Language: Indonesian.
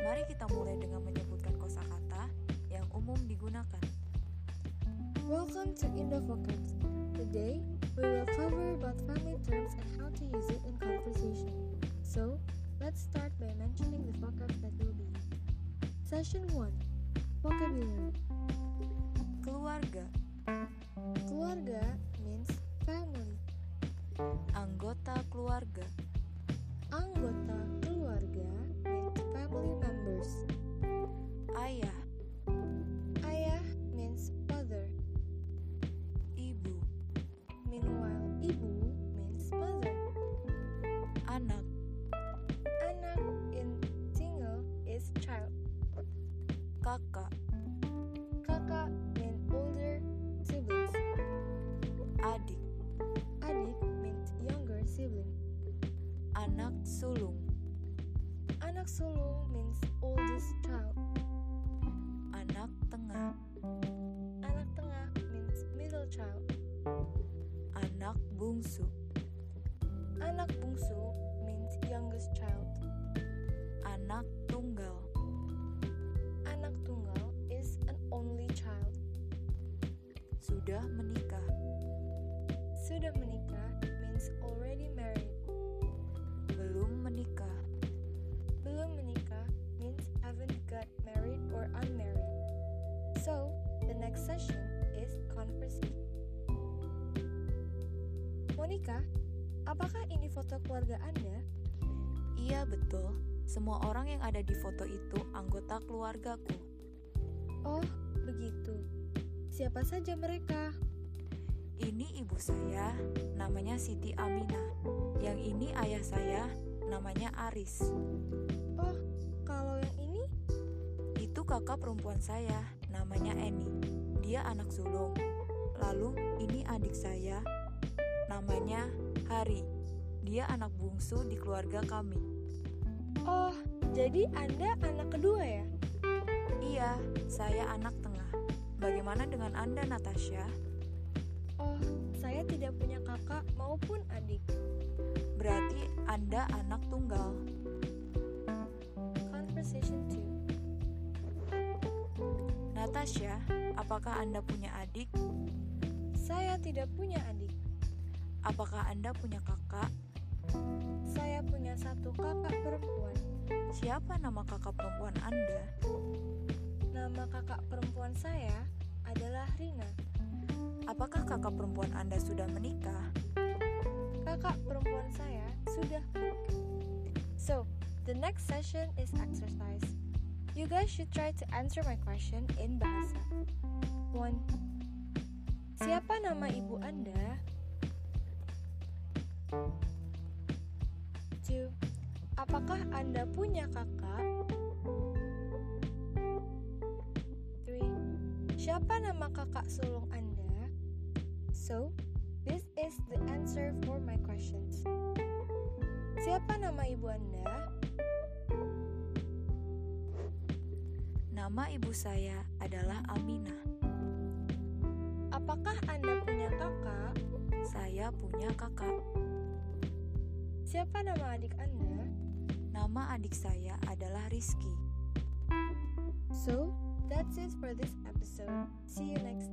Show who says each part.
Speaker 1: Mari kita mulai dengan menyebutkan kosakata yang umum digunakan.
Speaker 2: Welcome to Indovocab. Today, we will cover about family terms and how to use it in conversation. So, let's start by mentioning the vocab that will be. Session 1 Vocabulary
Speaker 1: Keluarga,
Speaker 2: Keluarga means family.
Speaker 1: anggota keluarga,
Speaker 2: Anggota keluarga means family members.
Speaker 1: ayah,
Speaker 2: Ayah means father.
Speaker 1: ibu,
Speaker 2: Meanwhile, ibu means mother.
Speaker 1: anak,
Speaker 2: Anak in single is child.
Speaker 1: kakak,
Speaker 2: Kakak means older siblings.
Speaker 1: adik,
Speaker 2: Adik means younger sibling.
Speaker 1: anak sulung,
Speaker 2: Anak sulung means oldest child.
Speaker 1: anak tengah,
Speaker 2: Anak tengah means middle child.
Speaker 1: anak bungsu,
Speaker 2: Anak bungsu means youngest child.
Speaker 1: anak tunggal,
Speaker 2: Anak tunggal is an only child.
Speaker 1: sudah menikah,
Speaker 2: Sudah menikah means already married.
Speaker 1: belum menikah,
Speaker 2: Belum menikah means haven't got married or unmarried. So, the next session is conversation. Monica, apakah ini foto keluarga Anda?
Speaker 1: Iya betul, semua orang yang ada di foto itu anggota keluargaku.
Speaker 2: Oh, begitu. Siapa saja mereka?
Speaker 1: Ini ibu saya, namanya Siti Amina. Yang ini ayah saya, namanya Aris.
Speaker 2: Oh, kalau yang ini?
Speaker 1: Itu kakak perempuan saya, namanya Eni. Dia anak sulung. Lalu ini adik saya, namanya Hari. Dia anak bungsu di keluarga kami.
Speaker 2: Oh, jadi Anda anak kedua ya?
Speaker 1: Iya, saya anak tengah. Bagaimana dengan Anda, Natasha?
Speaker 2: Oh, saya tidak punya kakak maupun adik.
Speaker 1: Berarti Anda anak tunggal.
Speaker 2: Conversation 2.
Speaker 1: Natasha, apakah Anda punya adik?
Speaker 2: Saya tidak punya adik.
Speaker 1: Apakah Anda punya kakak?
Speaker 2: Saya punya satu kakak perempuan.
Speaker 1: Siapa nama kakak perempuan Anda?
Speaker 2: Nama kakak perempuan saya adalah Rina.
Speaker 1: Apakah kakak perempuan Anda sudah menikah?
Speaker 2: Kakak perempuan saya sudah menikah. So, the next session is exercise. You guys should try to answer my question in bahasa. 1. Siapa nama ibu Anda? 2. Apakah Anda punya kakak? 3. Siapa nama kakak sulung Anda? So, This is the answer for my questions. Siapa nama ibu Anda?
Speaker 1: Nama ibu saya adalah Aminah.
Speaker 2: Apakah Anda punya kakak?
Speaker 1: Saya punya kakak.
Speaker 2: Siapa nama adik Anda?
Speaker 1: Nama adik saya adalah Rizky.
Speaker 2: So, that's it for this episode. See you next